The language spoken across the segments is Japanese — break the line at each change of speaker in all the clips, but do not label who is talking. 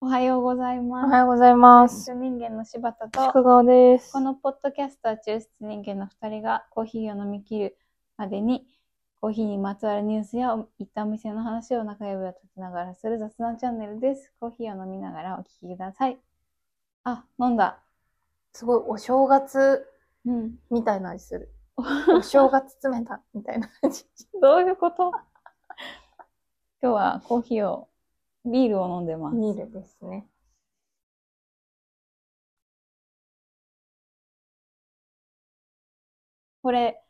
おはようござい
お
ます。
はようございます。
中人間の柴田と、
宿川です
こ。のポッドキャストは抽出人間の2人がコーヒーを飲み切るまでに、コーヒーにまつわるニュースや行ったお店の話を中指を立てながらする雑談チャンネルです。コーヒーを飲みながらお聞きください。あ、飲んだ。
すごいお正月
うん。
みたいな味す る。お正月詰めたみたいな味。
どういうこと今日はコーヒーを、ビールを飲んでます。
ビールですね。
これ、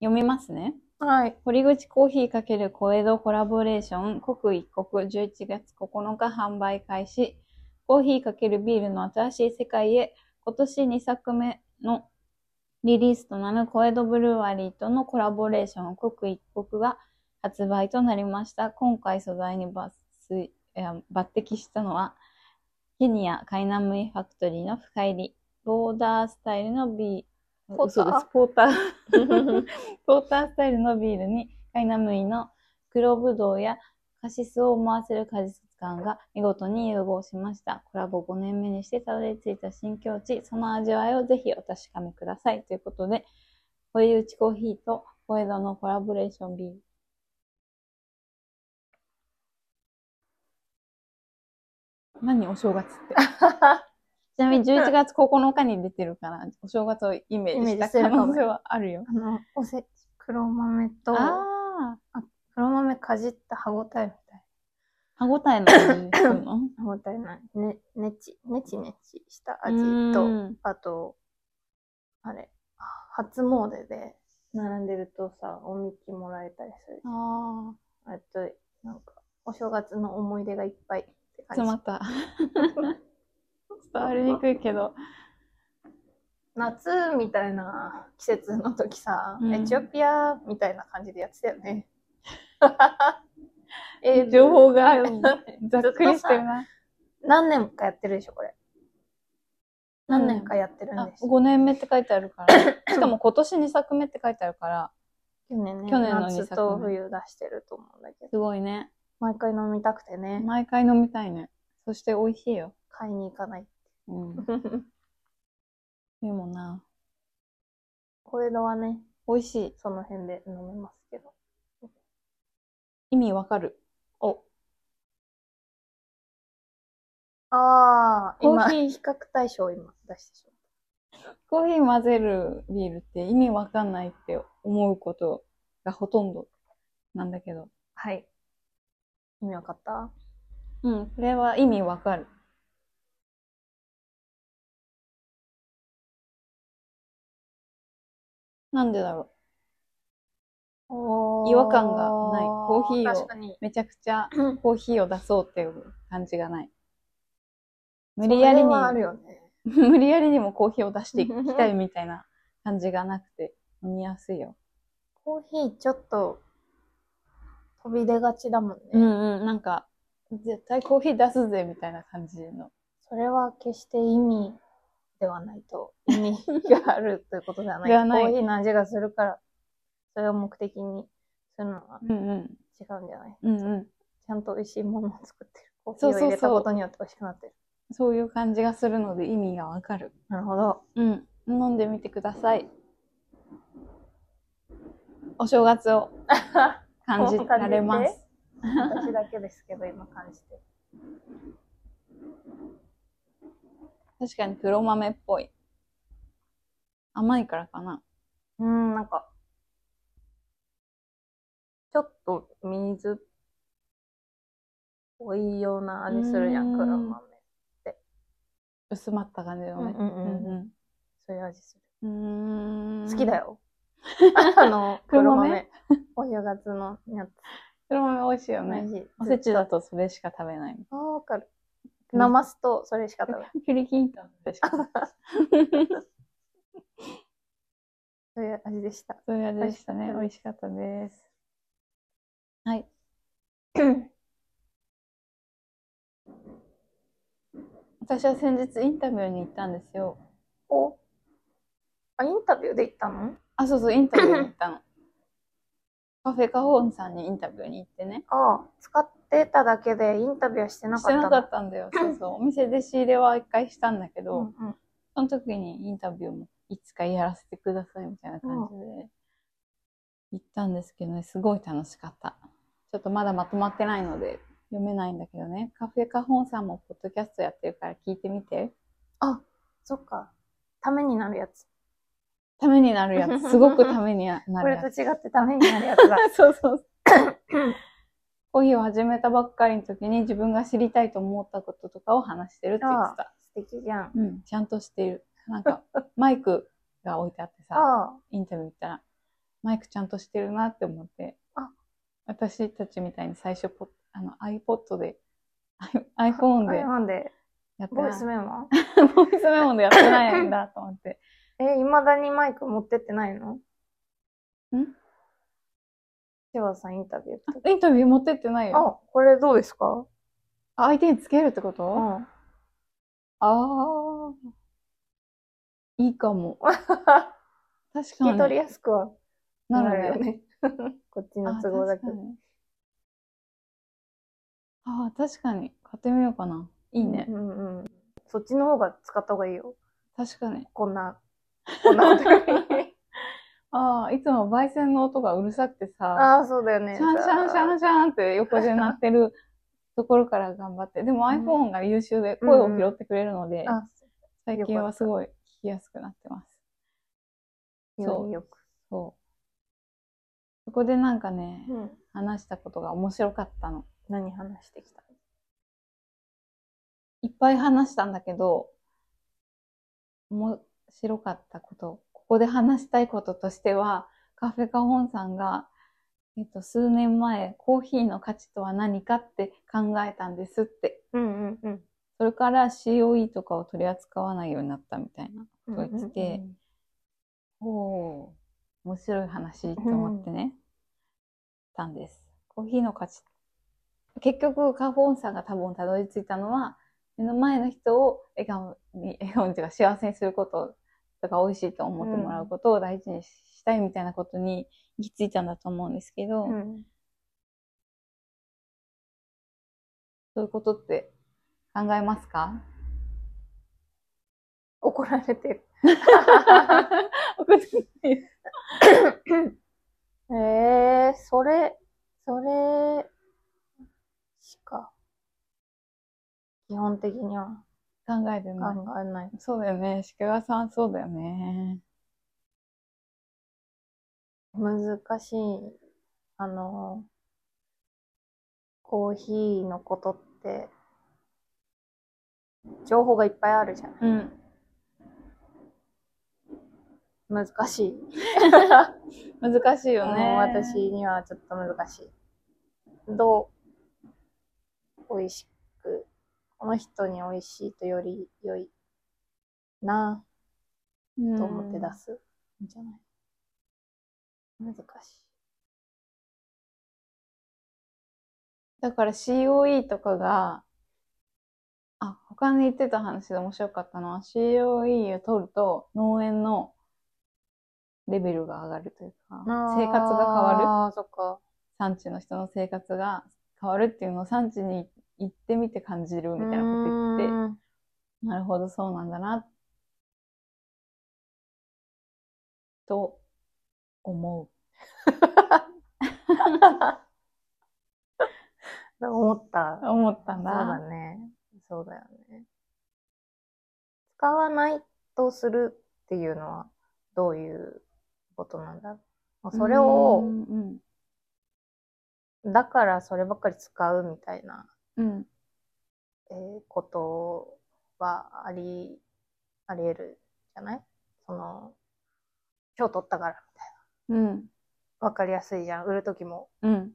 読みますね。
はい。
堀口コーヒー×小江戸コラボレーション刻一刻11月9日販売開始コーヒー×ビールの新しい世界へ今年2作目のリリースとなる小江戸ブルワリーとのコラボレーション刻一刻が発売となりました今回素材に抜粋いや抜擢したのはケニアカイナムイファクトリーの深入りボーダースタイルのビー
ポーター
嘘ですポーターポータースタイルのビールにカイナムイの黒ぶどうやカシスを思わせる果実感が見事に融合しました。コラボ5年目にしてたどり着いた新境地、その味わいをぜひお確かめください。ということで、堀内コーヒーと小江戸のコラボレーションビール。何お正月って。ちなみに11月9日に出てるから、お正月をイメージした可能性はあるよ。
あの、おせち、黒豆と、
ああ、
黒豆かじった歯ごたえみたい
歯ごたえの味っていうの
な。歯ごたえない。ね、ねち、ねちねちした味
味
と、
と。
あと、あれ、初詣で並んでるとさ、おみきもらえたりするじゃん。
ああ、
あと、なんか、お正月の思い出がいっぱいって
詰ま
感じ。
った。伝わりにくいけど。
夏みたいな季節の時さ、
うん
エチオピアみたいな感じでやってたよね。
え情報が ざっ
っ
く
く
り
り
し
してて
る
る
な。
何年かやってるでしょ、これ。
うん
何年かやってるん
あ
です。
5年目って書いてある から。しかも今年2作目って書いてあるから、
去年ね、
去年の二
夏
作目
と冬出してると思うんだけど、
すごいね。
毎回飲みたくてね、
毎回飲みたいね。そして美味しいよ。
買いに行か ない。
うん。でもな、
小江戸はね、
美味しい。
その辺で飲めますけど。
意味わかる。お、
ああ、今、
コー
比較対象を今出してしまった。
コーヒー混ぜるビールって意味わかんないって思うことがほとんどなんだけど。
はい。意味わかった
うん、これは意味わかる。なんでだろ
お
違和感がないコーヒーを
確かに
う。。めちゃくちゃ
うん
コーヒーを出そうっていう感じがない。無理やり
そ
に
れ、はあるよね。
無理やりに もコーヒーを出していきたいみたいな感じがなくて、飲みやすいよ。
コーヒーちょっと、飛び出がちだもんね。
うんうん、なんか、絶対コーヒー出すぜみたいな感じの。
それは決して意味ではないと、意味があるということではな い。
ではない
コーヒーの味がするから、それを目的にするのは
うんうん、
違うんじゃない
うんうん。
ちゃんと美味しいものを作ってる。コーヒー
そう
を
そうそう
入れたことによって美味しくなってる。
そういう感じがするので意味がわかる。
なるほど。
うん。飲んでみてください。お正月 を感じられます。
私だけですけど、今感じてる。
確かに黒豆っぽい。甘いからかな。
うーん、なんか、ちょっと水っぽいような味するじゃ、
うんーん
黒豆。
薄まった感じのね。
うんうんうんそういう味す
うんうん。うー
る。
ん
好きだ。 よ。あの、
黒
黒
豆
豆。お正月のやつ。
黒豆美味しいよね。
美味しい
おせちだとそれしか食べない。
あーわかる。なますと、それしか食べない。
キリキンタンそれしか食べない。
そういう味でした。
そういう味でしたね。
美
美味しかったです。はい。私は先日インタビューに行ったんですよ。
おあ、インタビューで行ったの
あ、そうそう、イン タビューに行ったの。カフェカホーンさんにインタビューに行ってね。
ああ、使っデータだけでインタビューはしてな
し
かってた
な
の
かったん だよ。そうそう。お店で仕入れは一回したんだけど、
うんうん
その時にインタビューもいつかやらせてくださいみたいな感じで行ったんですけどね、すごい楽しかった。ちょっとまだまとまってないので読めないんだけどね、カフェカホンさんもポッドキャストやってるから聞いてみて。
あ、そっか。ためになるやつ。
ためになるやつ、すごくためにな
こ
る
れ
や
と
つ。
違ってためになるやつだ。
そうそう。コーヒーを始めたばっかりの時に自分が知りたいと思ったこととかを話してるって言ってた。
素敵じゃん。
うん、ちゃんとしている。なんか、 マイクが置い てあってさ、
あ
インタビュー行ったら、マイクちゃんとしてるなって思って、
あ
私たちみたいに最初ポ、あの iPod で、 アイ iPhone
あ。
で
なんで、
やって
ボ
ない。
イスメモ
ボイスメモでやってないんだと思 って。
え、いまだにマイク持ってってないの
ん
シワさんインタビューって。
インタビュー持ってってないよ。
あ、これどうですか
あ相手につけるってこと、あ
うん。
あー。いいかも。確
聞き
か
取り
に。
やすくは
な
な
る
るよ
ね。
ね。 こっちの
あ
都合だけど
確。かにあー、確かに。買ってみようかな。いいね
う。んうん。そっちの方が使った方がいいよ。
確かに。
こんな、 こんなことよ り
ああ、いつも焙煎の音がうるさくてさ。
ああ、そうだよね。
シャンシャンシャンシャンって横で鳴ってる ところから頑張って。でも
うん
iPhone が優秀で声を拾ってくれるので、
あ、
最近はすごい聞きやすくなってます。
よりよく。
そう。そこでなんかね、
うん。
話したことが面白かったの。
何話してきた
いっぱい話したんだけど、面白かったこと、ここで話したいこととしては、カフェカホンさんが、えっと、数年前、コーヒーの価値とは何かって考えたんですって
うんうんうん。
それから COE とかを取り扱わないようになったみたいな。
うん
こう来ておおー、面白い話と思ってね、たんです。コーヒーの価値。結局、カフォンさんが多分たどり着いたのは、目の前の人を笑顔に、笑顔にというか幸せにすることとか美味しいと思ってもらうことを大事にしたいみたいなことに行き着いたんだと思うんですけど、
うんうん
そういうことって考えますか
怒られてる。ええー、それ、それ、しか、基本的には
考えて
考
ない。
えない。
そうだよね。石川さん、そうだよね。
難しい、あの、コーヒーのことって、情報がいっぱいあるじゃない
うん。
難 しい。
難しいよね。
もう私。にはちょっと難しい。どう、美味しく、この人に美味しいとより良いなぁと思って出。すんじゃない難し
だから COE とかが、あ、他に言ってた話で面白かったのは COE を取ると農園のレベルが上がるというか
い。、
生活が変わる。
ああ、そっか。
産地の人の生活が変わるっていうのを産地に行ってみて感じるみたいなこと言ってて、
うーん
なるほど、そうなんだな、と思
思った
う。。思った
そ
ん
う
だ。
だね。そうだよね。使わないとするっていうのはどういうことなんだろう。もうそれ
う
を、
んうん
だからそればっかり使うみたいな、
うん。
えーことはあり、あり得るじゃないその、今日取ったからみたい
うん。
な。わかりやすいじゃん。売るときも
うん。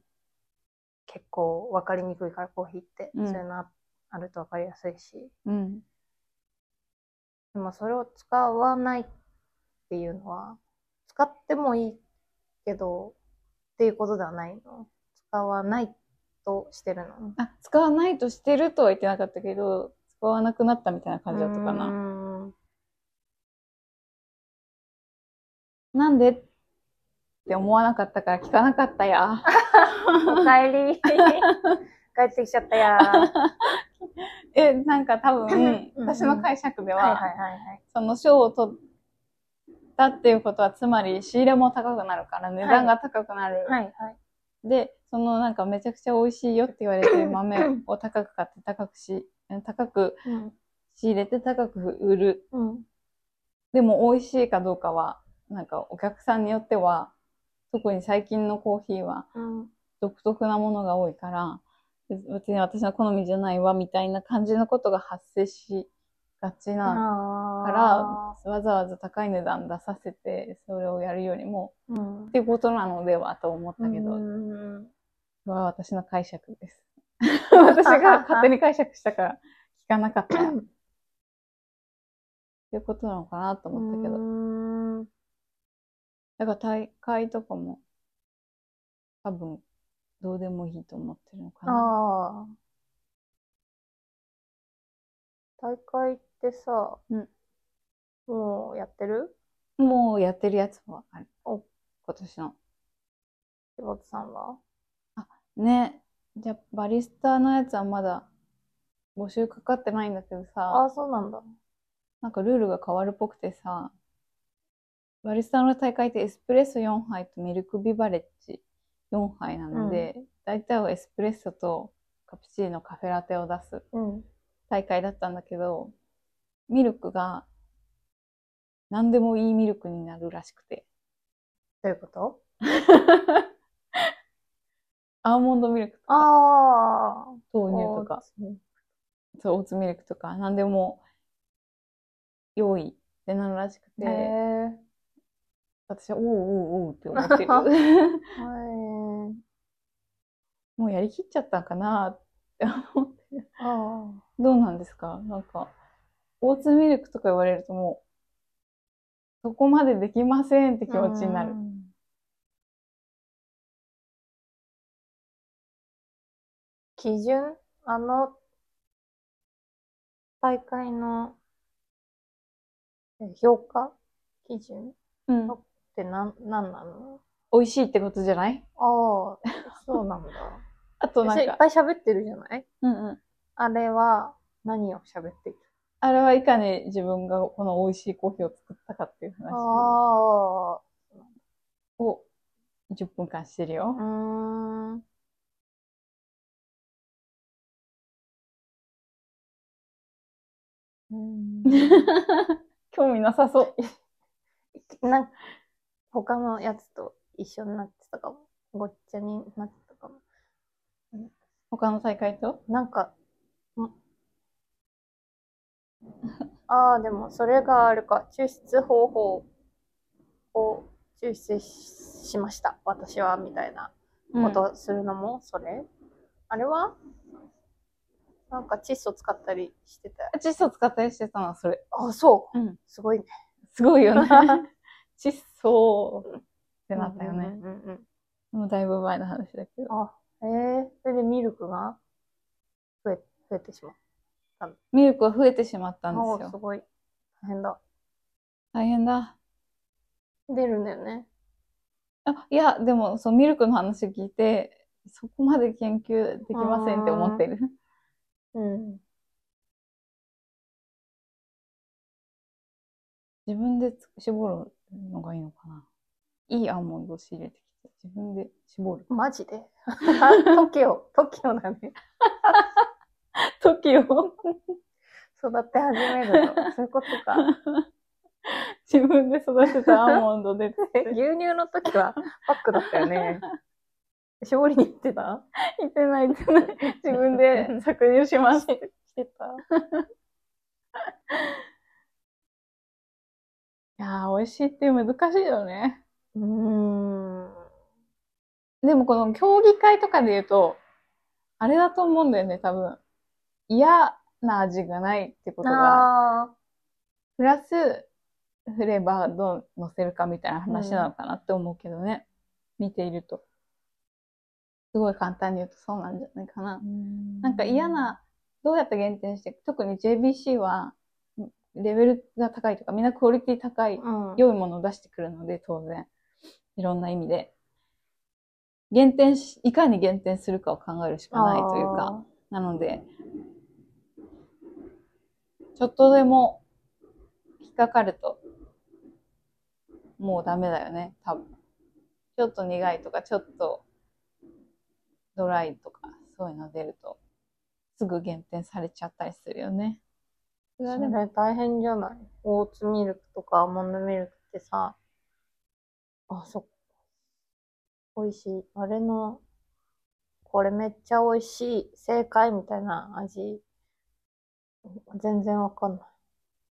結構わかりにくいからコーヒーって。
うん
そういうのああるとわかりやすいし。
うん。
でもそれを使わないっていうのは、使ってもいいけど、っていうことではないの。使わないとしてるの。
あ、使わないとしてるとは言ってなかったけど、使わなくなったみたいな感じだったかな。
な。
なんでって思わなかったから聞かなかったや。
おかえり。帰ってきちゃったやー。はい
え、なんか多分、
うん
私の解釈で
はいはい
は、
はい。
その賞を取ったっていうことは、つまり仕入れも高くなるから、値段が高くなる。
はいはい。
で、そのなんかめちゃくちゃ美味しいよって言われてる豆を高く買って高くし、高く
うん。
仕入れて高く売る。
うん。
でも美味しいかどうかは、なんかお客さんによっては、特に最近のコーヒーは
うん。
独特なものが多いから、別に私の好みじゃないわみたいな感じのことが発生しがち
あ
な、
あ
わざわざ高い値段出させてそれをやるよりも、
ー。うん
っ。ていうことなのではと思ったけど、
うん
これは私の解釈です。 私が勝手に解釈したから聞かなかった。っていうことなのかなと思ったけど。
うーん
だから大会とかも多分どうでもいいと思ってるのかな。
ああ。大会ってさ、
うん
もうやってる
もうやってるやつもわかる。
お
今年の。
柴田さんは。
ね。じゃあバリスタのやつはまだ募集かかってないんだけど
あ
さ、
あ、そうなんだ。
なんかルールが変わるっぽくてさ、バリスタの大会ってエスプレッソ4杯とミルクビバレッジ4杯なので、大体はエスプレッソとカプチーノカフェラテを出す。
うん。
大会だったんだけど、ミルクが何でもいいミルクになるらしくて。
どういうこと
アーモンドミルクとか、
ああ。
豆乳とか、そう、オーツミルクとか、何でも用意ってなるらしく
へ
て、
え。はい。
私はおうおうおうって思って る。もうやりきっちゃったんかなって思って。
ああ。
どうなんですかなんか、オーツミルクとか言われるともう、そこまでできませんって気持ちになる
う。ん。基準あの、大会のえ評価基準っ
うん。
てなん、なんなの
美味しいってことじゃない
ああ、そうなん だ。
あとなん
いっ
か、
ぱい喋ってるじゃない
うんうん。
あれは何を喋ってる
あれはいかに自分がこの美味しいコーヒーを作ったかっていう話
あ
を10分間してるよ
あ、う。ーん。うーん
興味なさそう。
なん他のやつと一緒になってたかも。ごっちゃになってたかも。
他の大会と
なんか、んああ、でもそれがあるか。抽出方法を抽出ししました。私は、みたいなこ
うん
とするのも、それ、あれはなんか窒素使ったりしてた。
窒素使ったりしてたのはそれ。
ああ、そう。
うん。
すごいね。
すごいよ ね。窒素ってなったよね。
うんうんうん
もうだいぶ前の話だけど。
うん。ええそれでミルクが増え増えてしまう。
ミルクは増えてしまったん
あ
です
あ、す
よ。
ごい。大変だ。
大変だ。
出るんだよね。
あ、いや、でも、そう、ミルクの話聞いて、そこまで研究できませんって思ってる。
うん。
自分でつ絞るのがいいのかな。いいアーモンドを仕入れてきて、自分で絞る。
マジで ?TOKIO、TOKIO だね。
時を
育て始めるの。そういうことか。
自分で育てたアーモンドで、
え 牛乳の時はパックだったよ ね。絞りに行ってた
いってない、いってない。自分で搾乳します。
してた。
いやー、美味しいって難しいよね。
うーん。
でもこの競技会とかで言うと、あれだと思うんだよね、多分。嫌な味がないってことが、
あ
プラス、フレーバーどう乗せるかみたいな話なのかなって思うけどね。見ていると。すごい簡単に言うとそうなんじゃないかな
ー。。
な
な
んか嫌。な、どうやって減点していく特に JBC は、レベルが高いとか、みんなクオリティ高い、
うん。
良いものを出してくるので、当然。いろんな意味で。減点し、いかに減点するかを考えるしかないというか、なので、ちょっとでも引っかかると、もうダメだよね、多分。ちょっと苦いとか、ちょっとドライとか、そういうの出ると、すぐ減点されちゃったりするよね。それ
あ
は
ー。
で
そ
も
れ大変じゃないオーツミルクとかアーモンドミルクってさ、あ、そっか。美味しい。あれの、これめっちゃ美味しい。正解みたいな味。全然わかんない。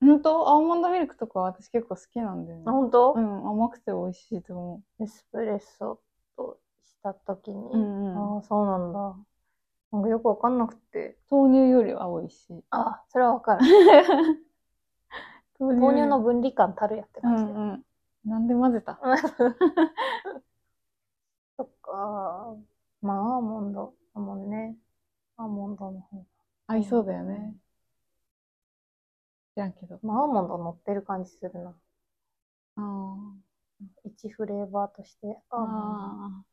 本当アーモンドミルクとか私結構好きなんだよね
あ、。本当
う？ん、甘くて美味しいと思
エスプレッソとしたときに、
う。うんうん。
ああ、そうなんだ。なんかよくわかんなくて。
豆乳よりは美味しい。
あ、それはわかる。
豆
豆乳の分離感たるやって
う
感じで。
んうん。なんで混ぜた
そっか。まあ、アーモンドだもんね。アーモンドの方。
合いそうだよね。知らんけど。
まあ、アーモンド乗ってる感じするな。
あ
一フレーバーとして。
あ。
アーモン
あ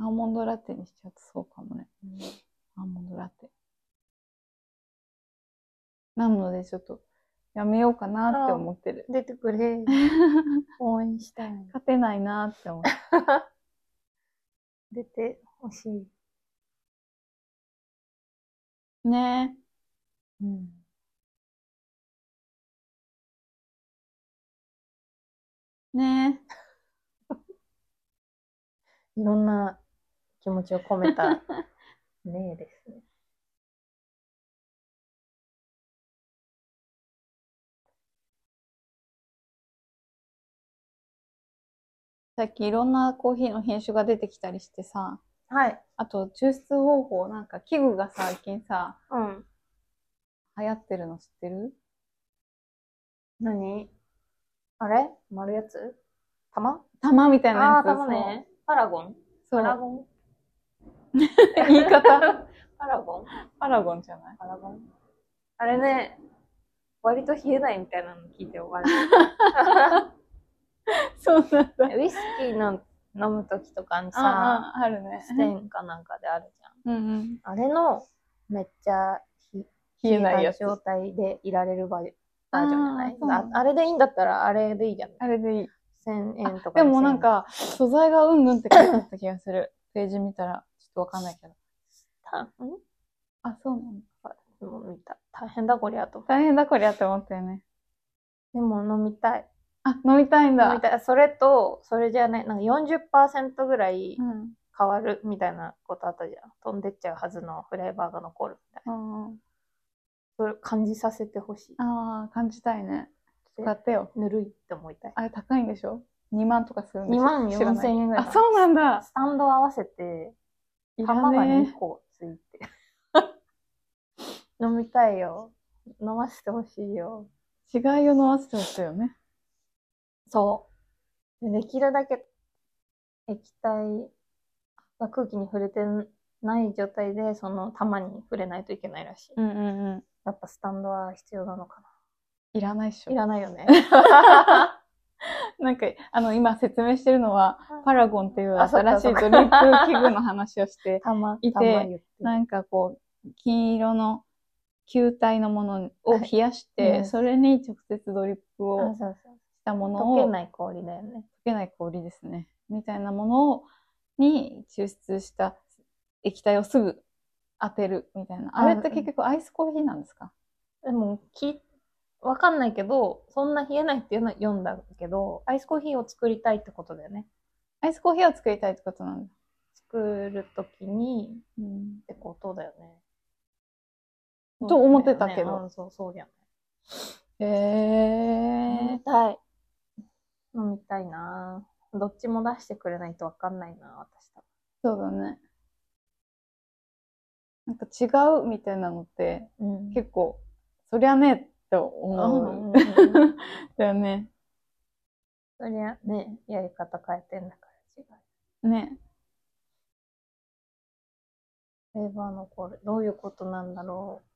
あ。アーモンドラテにしちゃうとそうかもね。
ド。
アーモンドラテ。なので、ちょっと、やめようかなって思ってる。
出てくれ。応援したい。
勝てないなって思って。
出てほしい。
ねえ。
うん。
ねえ。
いろんな気持ちを込め たねえですね。
さっきいろんなコーヒーの品種が出てきたりしてさ、
はい。
あと抽出方法、なんか器具が最近さ、
うん。
流行ってるの知ってる
何あれ丸いやつ玉
玉みたいなや
ああー、
つ。
玉ね。パラゴン
そう。そう
ゴン
言い方。
パラゴン
パラゴンじゃない
パラゴンあれね、割と冷えないみたいなの聞いて終わる。
そうなんだ。
ウイスキーの飲むときとかにさ、
ああ、あるね。
ステンかなんかであるじ
うんうん。
ゃん。あれの、めっちゃひ
冷えないやつ。
状態でいられるバージョンじゃない
あーそうな
あ
んだ
あれでいいんだったら、あれでいいじゃん。
あれでいい。
1000円とか。
でもなん、か、素材がうんうんって書いてあった気がする。 ページ見たら、ちょっとわかんないけど。
たん
あ、そうなんだ。
もう見た。大変だこりゃと。
大変だこりゃって思ったよね。
でも飲みたい。
あ、飲みたいん
飲
だ。
みたい。それと、それじゃない、なんか40%ぐらい
うん。
変わるみたいなことあったじゃん。飛んでっちゃうはずのフレーバーが残るみたいな。
うんうん
それ感じさせてほしい。
ああ、感じたいね。
で
買ってよ。
ぬるいって思いたい。
あれ高いんでしょ ?2 万とかするんでしょ
2万
知らない
4000円ぐらい
あ、そうなんだ。
スタンド合わせて、
い
玉が
らね
2個ついて。飲みたいよ。飲ませてほしいよ。
え違いを飲ませてほしいよね。
そう。でできるだけ液体が空気に触れてない状態で、その玉に触れないといけないらしい。
うんうんう
やっぱスタンドは必要なのか
ん。いらないっし
な。い
ょ。
らない よね。
なんか、あの、今説明してるのは、パラゴンっていう
あそっ
新
か
しい
そ
ド
っ
リ
か
ップ器具の話を して、
玉、
いて
玉言って。
なんかこう、金色の球体のものを冷やして、
はいうん
それに直接ドリップ
あ
をし
そうそう
たもの
溶
を、
け
溶
ない氷だよね。
けない氷ですね。みたいなものを、に抽出した液体をすぐ当てるみたいな。
あ
あれって結局アイスコーヒーなんですか
でも、き、わかんないけど、そんな冷えないっていうのは読んだけど、アイスコーヒーを作りたいってことだよね。
アイスコーヒーを作りたいってことなんだ。
作るときに、
うん
っ、てことだよね。
と思ってたけど
うんそう、そうじゃ
へ
ない。飲
え
み。たい。飲みたいなぁどっちも出してくれないとわかんないなぁ私と。
そうだね。なんか違うみたいなのって、
うん
結構、そりゃねって
構、
思う。
うんうんう ん
だよね。
そりゃね、やり方変えてんだから違う。
ね。
フレーバーのこれ、どういうことなんだろう。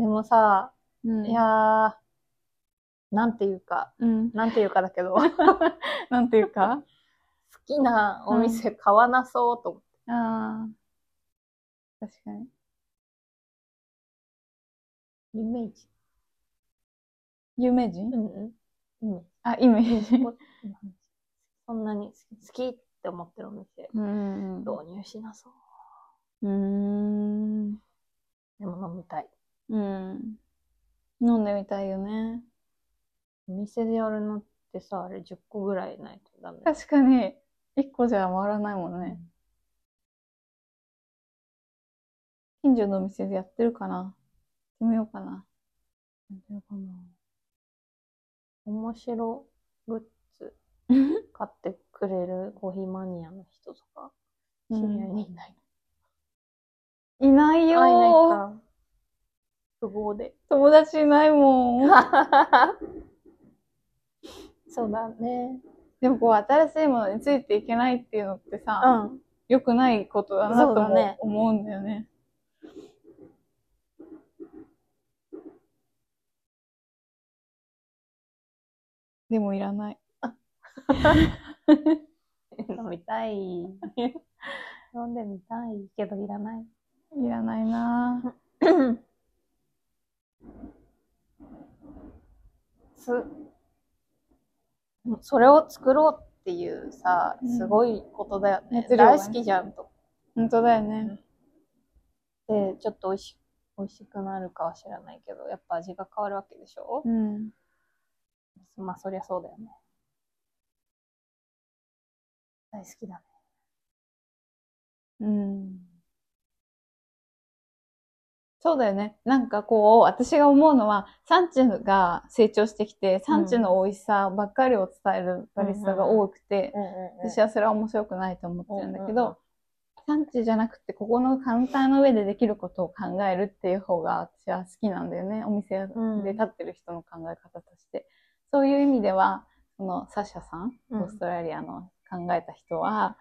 でもさ、
うん
いやー、なんていうか、
うん。
なんていうかだけど、 好
なんていうか
きなお店買わなそうと思って。
ああ。確かに。
イメージ。
有名人
うんうん。イメー
あ、イメージ。
ジ。そんなに好き好きって思ってるお店、
うん。
導入しなそう。
うん。
でも飲みたい。
うん。飲んでみたいよね。
お店でやるのってさ、あれ10個ぐらいないとダメ。
確かに、一個じゃ回らないもんね。近所のお店でやってるかな決めようか な。やってるかな。
面白グッズ買ってくれるコーヒーマニアの人とか、知り合いにいない。
いないよ
会えない
ー。
か。不合で。
友達いないもん。
そうだね。
でもこう、新しいものについていけないっていうのってさ、
うん。
良くないことだなと
そうだね
も思うんだよね。でもいらない。
飲み たい。飲んでみたいけどいらない。
いらないなぁ。
す、それを作ろうっていうさ、すごいことだよね。
熱量がね
大好きじゃんと。
本当だよね。
で、ちょっと美味し、美味しくなるかは知らないけど、やっぱ味が変わるわけでしょ、
うん。
まあそりゃそうだよね。大好きだね。
うん。そうだよね。なんかこう、私が思うのは、産地が成長してきて、産地の美味しさばっかりを伝えるバリスタが多くて、
うんうん
私はそれは面白くないと思ってるんだけ
うんうんうん
ど、産地じゃなくて、ここのカウンターの上でできることを考えるっていう方が私は好きなんだよね。お店
うん
で立ってる人の考え方として。そういう意味では、そのサシャさん、
うん
オーストラリアの考えた人は、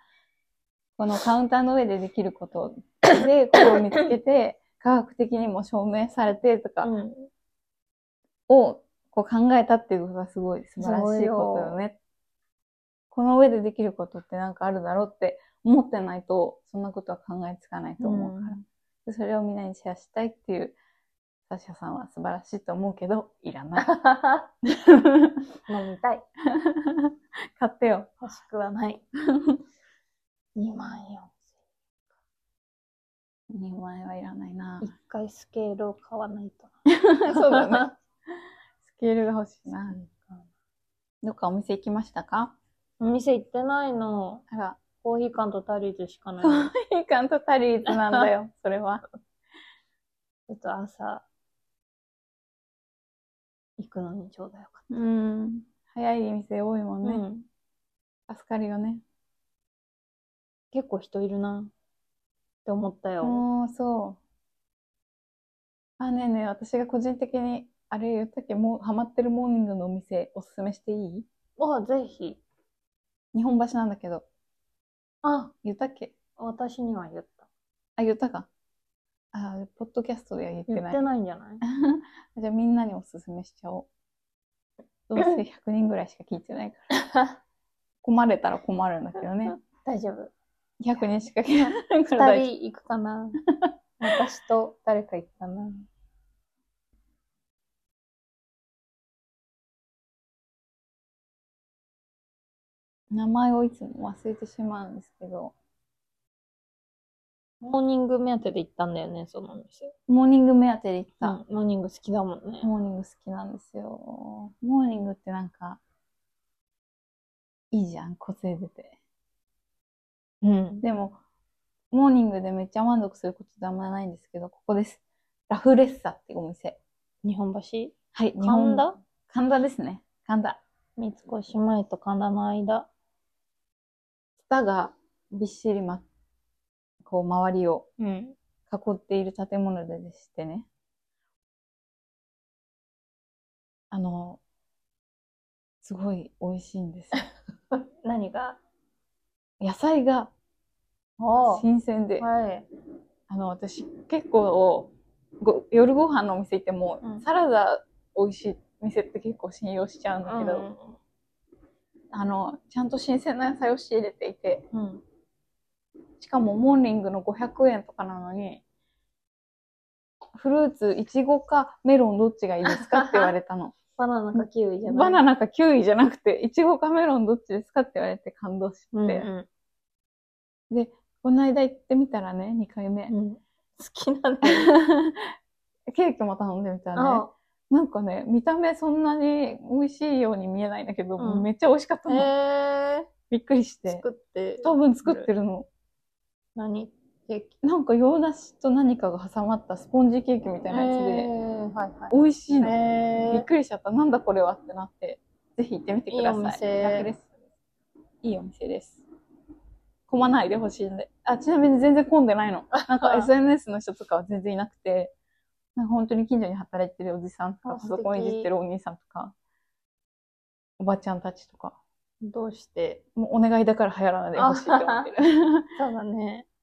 このカウンターの上でできることで、これを見つけて、科学的にも証明されてとか
うん。
をこう考えたっていうことがすごい素晴らしいことよね。この上でできることってなんかあるだろうって思ってないと、そんなことは考えつかないと思うから。でそれをみんなにシェアしたいっていう、サシャさんは素晴らしいと思うけ ど、いらない。
飲みたい。
買ってよ。
欲しくはない。2万
2万円はいらないな
4。一回スケールを買わないと。
そうだ ね。スケールが欲しいな。どっかお店行きましたか
お店行ってないの。
あら、
コーヒー缶とタリーズしかない。
コ
ち
ーヒー缶とタリーズなんだよ、それは。
ょっと朝、行くのにちょうどよかっ
うん。早い店多いも
た
んね。
うん。
助かるよね。
結構人いるなって思ったよ。
おー、そう。あ、ねえねえ、私が個人的に、あれ言ったっけ、もう、ハマってるモーニングのお店、おすすめしていい
あ、ぜひ。
日本橋なんだけど。
あ、
言ったっけ
私には言った。
あ、言ったか。あ、ポッドキャストでは言って
言
ない
って。ないんじゃ ない
じゃあみんなにおすすめしちゃおう。どうせ100人ぐ らいしか聞いてないから。困れたら困るんだけど ね。
大丈夫。
100人しか聞いてないから大
二
丈夫。
人行くか な私と誰か行くかな
名前をいつも忘れてしまうんですけど、
モーニング目当てで行ったんだよね、そのお店。
モーニング目当てで行った。
うん、モーニング好きだもんね。
モーニング好きなんですよ。モーニングってなんか、いいじゃん、個性出て。
うん。
でも、モーニングでめっちゃ満足することってあんまないんですけど、ここです。ラフレッサっていうお店。
日本橋
はい、日本
神田
神田ですね。神田。
三越前と神田の間。
ツタがびっしりま、こう周りを
うん。
囲っている建物でしてね。あの、すごい美味しいんですよ。
何が
野菜が
お
新鮮で、
はい。
あの、私結構ご、夜ご飯のお店行っても、
うん
サラダ美味しい店って結構信用しちゃうんだ
だ
け
け
ど、
ど、
あの、ちゃんと新鮮な野菜を仕入れていて、
うん。
しかもモーニングの500円とかなのに、フルーツ、イチゴかメロンどっちがいいですかって言われた の。
バナナかキウイじゃない
バナナかキウイじゃなくて、イチゴかメロンどっちですかって言われて感動して、
うんう
この間行ってみたらね、2回目。
んうん好きなの。
ケーキも頼んでみたらね。
あ
なんかね、見た目そんなに美味しいように見えないんだけど、
うん
めっちゃ美味しかったの。
へ
びっくりし
え。
て。
作って。
多分作ってるの。
何ケーキ
なんか洋梨と何かが挟まったスポンジケーキみたいなやつ
へ
で、
ーはいはい。
美味しいの。び
え
っくりしちゃった。なんだこれはってなって、ぜひ行ってみてください。
いいお店
楽です。いいお店です。混まないでほしいんで。あ、ちなみに全然混んで ないの。なんか SNS の人とかは全然いなくて、なんか本当に近所に働いてるおじさんとか、
あ
パ
素敵
ソコンいじってるお兄さんとか、おばちゃんたちとか、
どうして
もうお願いだから流行らないでほしいって思ってる。
そうだね。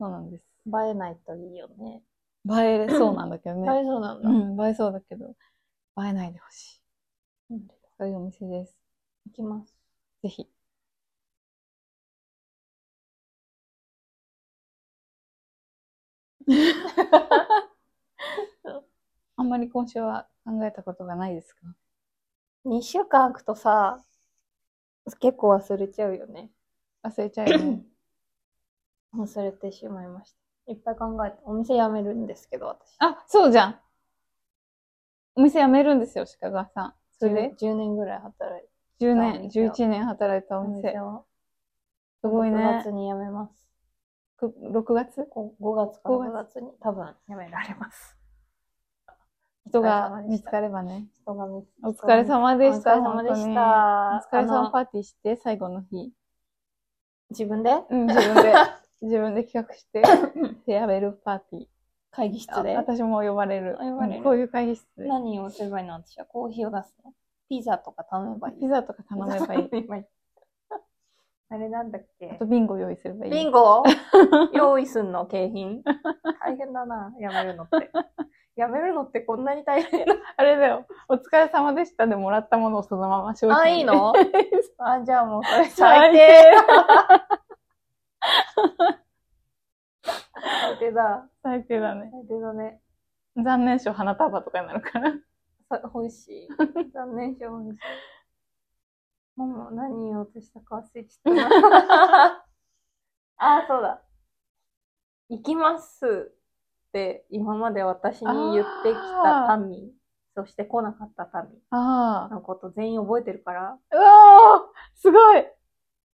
そうなんです。
映えないといいよね。
映えれそうなんだけどね。
映えそうなんだ。
うん、映えそうだけど、映えないでほしい。
うん
そういうお店です。
いきます。
ぜ ひ。あんまり今週は考えたことがないですか
2週間空くとさ、結構忘れちゃうよね。
忘れちゃうよ ね。
忘れてしまいました。いっぱい考えて、お店辞めるんですけど、私。
あ、そうじゃん。お店辞めるんですよ、鹿川さん。それで
10, 年ぐらい働いて。
10
お
年、
店を
11年働いたお
お
店
店。を
すごい
6
ね
月。に辞めます。
く6月
こ5月か
5
6月に多分辞められます。
人が見つ
れ
かればね。
人が見
お疲れ様でした。
お疲れ様でし
本
た。
当にお疲れ様
あの
パーティーして、最後の日。
自分で
うん、自分 で、自分で企画して、フェアウェルパーティー。
会議室
あ
で
私も呼ばれる。
呼ばれる
うんこういう会議室で。
何をすればいいの私はコーヒーを出すのピザとか頼めばいい。
ピザとか頼めばいい。
い。 あれなんだっ
あ
け
とビンゴ用意すればいい。
ビン ゴ用意すんの景品。大変だな、やめるのって。やめるのってこんなに大変な
あれだよ。お疲れ様でしたでもらったものをそのまま商品に
あ、いいのあ、じゃあもうそれ
最
最
低
低。 最低だ。
最低だね。
最低だね。
残念賞花束とかになるから。
さ欲しい。 残念賞欲しい。ママ、何言おうとしたか忘れちゃった な。あ、そうだ。行きますって今まで私に言ってき
あー
た民そして来なかった民
ああ。
のこと全員覚えてるから、
うわーすごい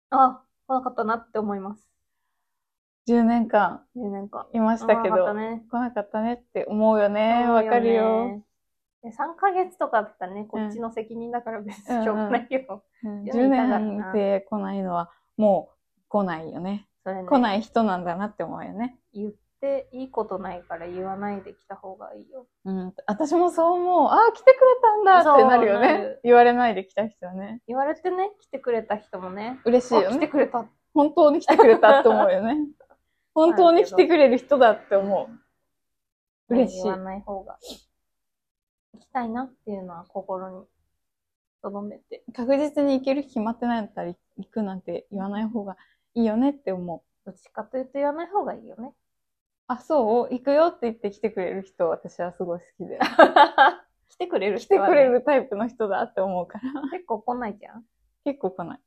あ、来なかったなって思います。
!10 年間
10年間。
いましたけ
来なかっ
ど、
たね。
来なかったねって思うよね。わ、かるよ。
で。3ヶ月とかだったらね、こっちの責任だから別
うん
にしょうがないけど。
うん
いや
10
いか
年
が
で来ないのは、もう来ないよね。
それね
来ない人なんだなって思うよね。
言っていいことないから言わないで来た方がいいよ。
うん。私もそう思う。ああ、来てくれたんだってなるよ
そうな
ね
る。
言われないで来た人はね。
言われてね、来てくれた人もね、
嬉しい
あ
よ
来て
ね。
くれた。
本当に来てくれたって思うよね。 本当に来てくれる人だって思う。 嬉しい
言。わない方が。行きたいなっていうのは心に留めて。
確実に行ける日決まってないんだったら行くなんて言わない方がいいよねって思う。
どっちかというと言わない方がいいよね。
あ、そう行くよって言って来てくれる人、私はすごい好きで。
来てくれる
来
人
て
は
く
ね、
れるタイプの人だって思うから。
結構来ないじゃん。
結構来ない。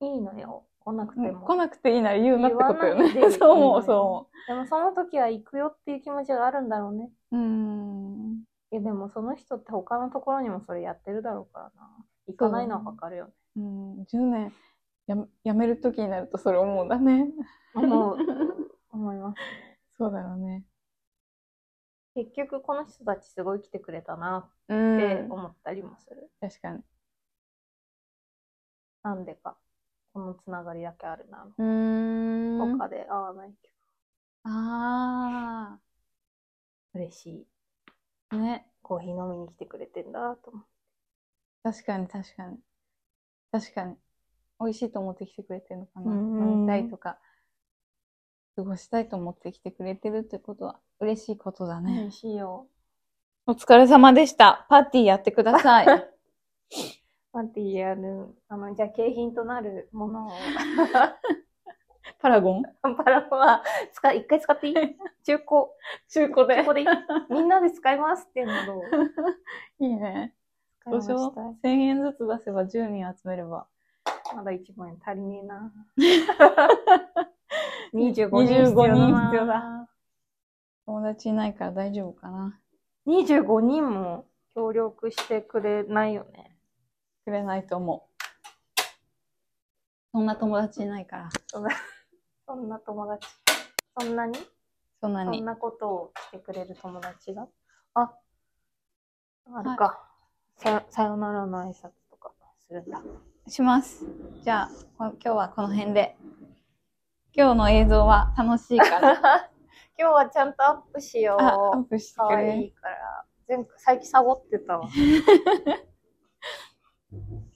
いいのよ。来なくても。
来なくていいなら言うなってことよ
言わない
ね。
で
そう思う、
いいのよ
そう思
でもその時は行くよっていう気持ちがあるんだろうね。
う。うーん。
いやでもその人って他のところにもそれやってるだろうからな。行かないのはわかるよね。
うん、10年やめやめる時になるとそれ思うんだね。
思う。思います。
そうだろうね。
結局この人たちすごい来てくれたな
う
って
ん。
思ったりもする。
確かに。
なんでか。このつながりだけあるな。
うーん。
他で会わないけ
あ
ど。嬉しい。
あ。ね。
コーヒー飲みに来てくれてんだと思
確かに確かに。確かに。美味しいと思ってきてくれてるのかな。
うん
飲みたいとか、過ごしたいと思ってきてくれてるってことは嬉しいことだ
う。
ね。
嬉しいよ。
お疲れ様でした。パーティーやってください。
パーティーやる、あの、じゃあ景品となるものを、
パラゴン
パラボは、使い、一回使っていい中古。
中古
中古でいいみんなで使いますっていうのどう
いいね。
使い
ど
ま
う
し
したよう。1000円ずつ出せば10人集めれば。
まだ1万円足りねえ な。25人必要だ
25人
な
必要だ。友達いないから大丈夫かな。
25人も協力してくれないよね。
くれないと思う。そんな友達いないから。
そんな友達。そんなに
そんな
そ
に
ん。なことをしてくれる友達があ、あるか、さよ。さよならの挨拶とかする んだ。
します。じゃあ、こ今日はこの辺で。今日の映像は楽しい から。
今日はちゃんとアップしよ
あ、アッ
う。
プして
か
く
わ
れ
いいから。前回最近サボって たわ。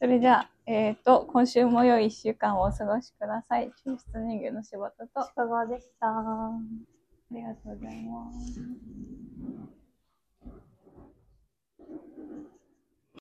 それじゃあ、えっ、と、今週も良い一週間をお過ごしください。抽出人間の柴田と、あ
近川でした。
りがとうございます。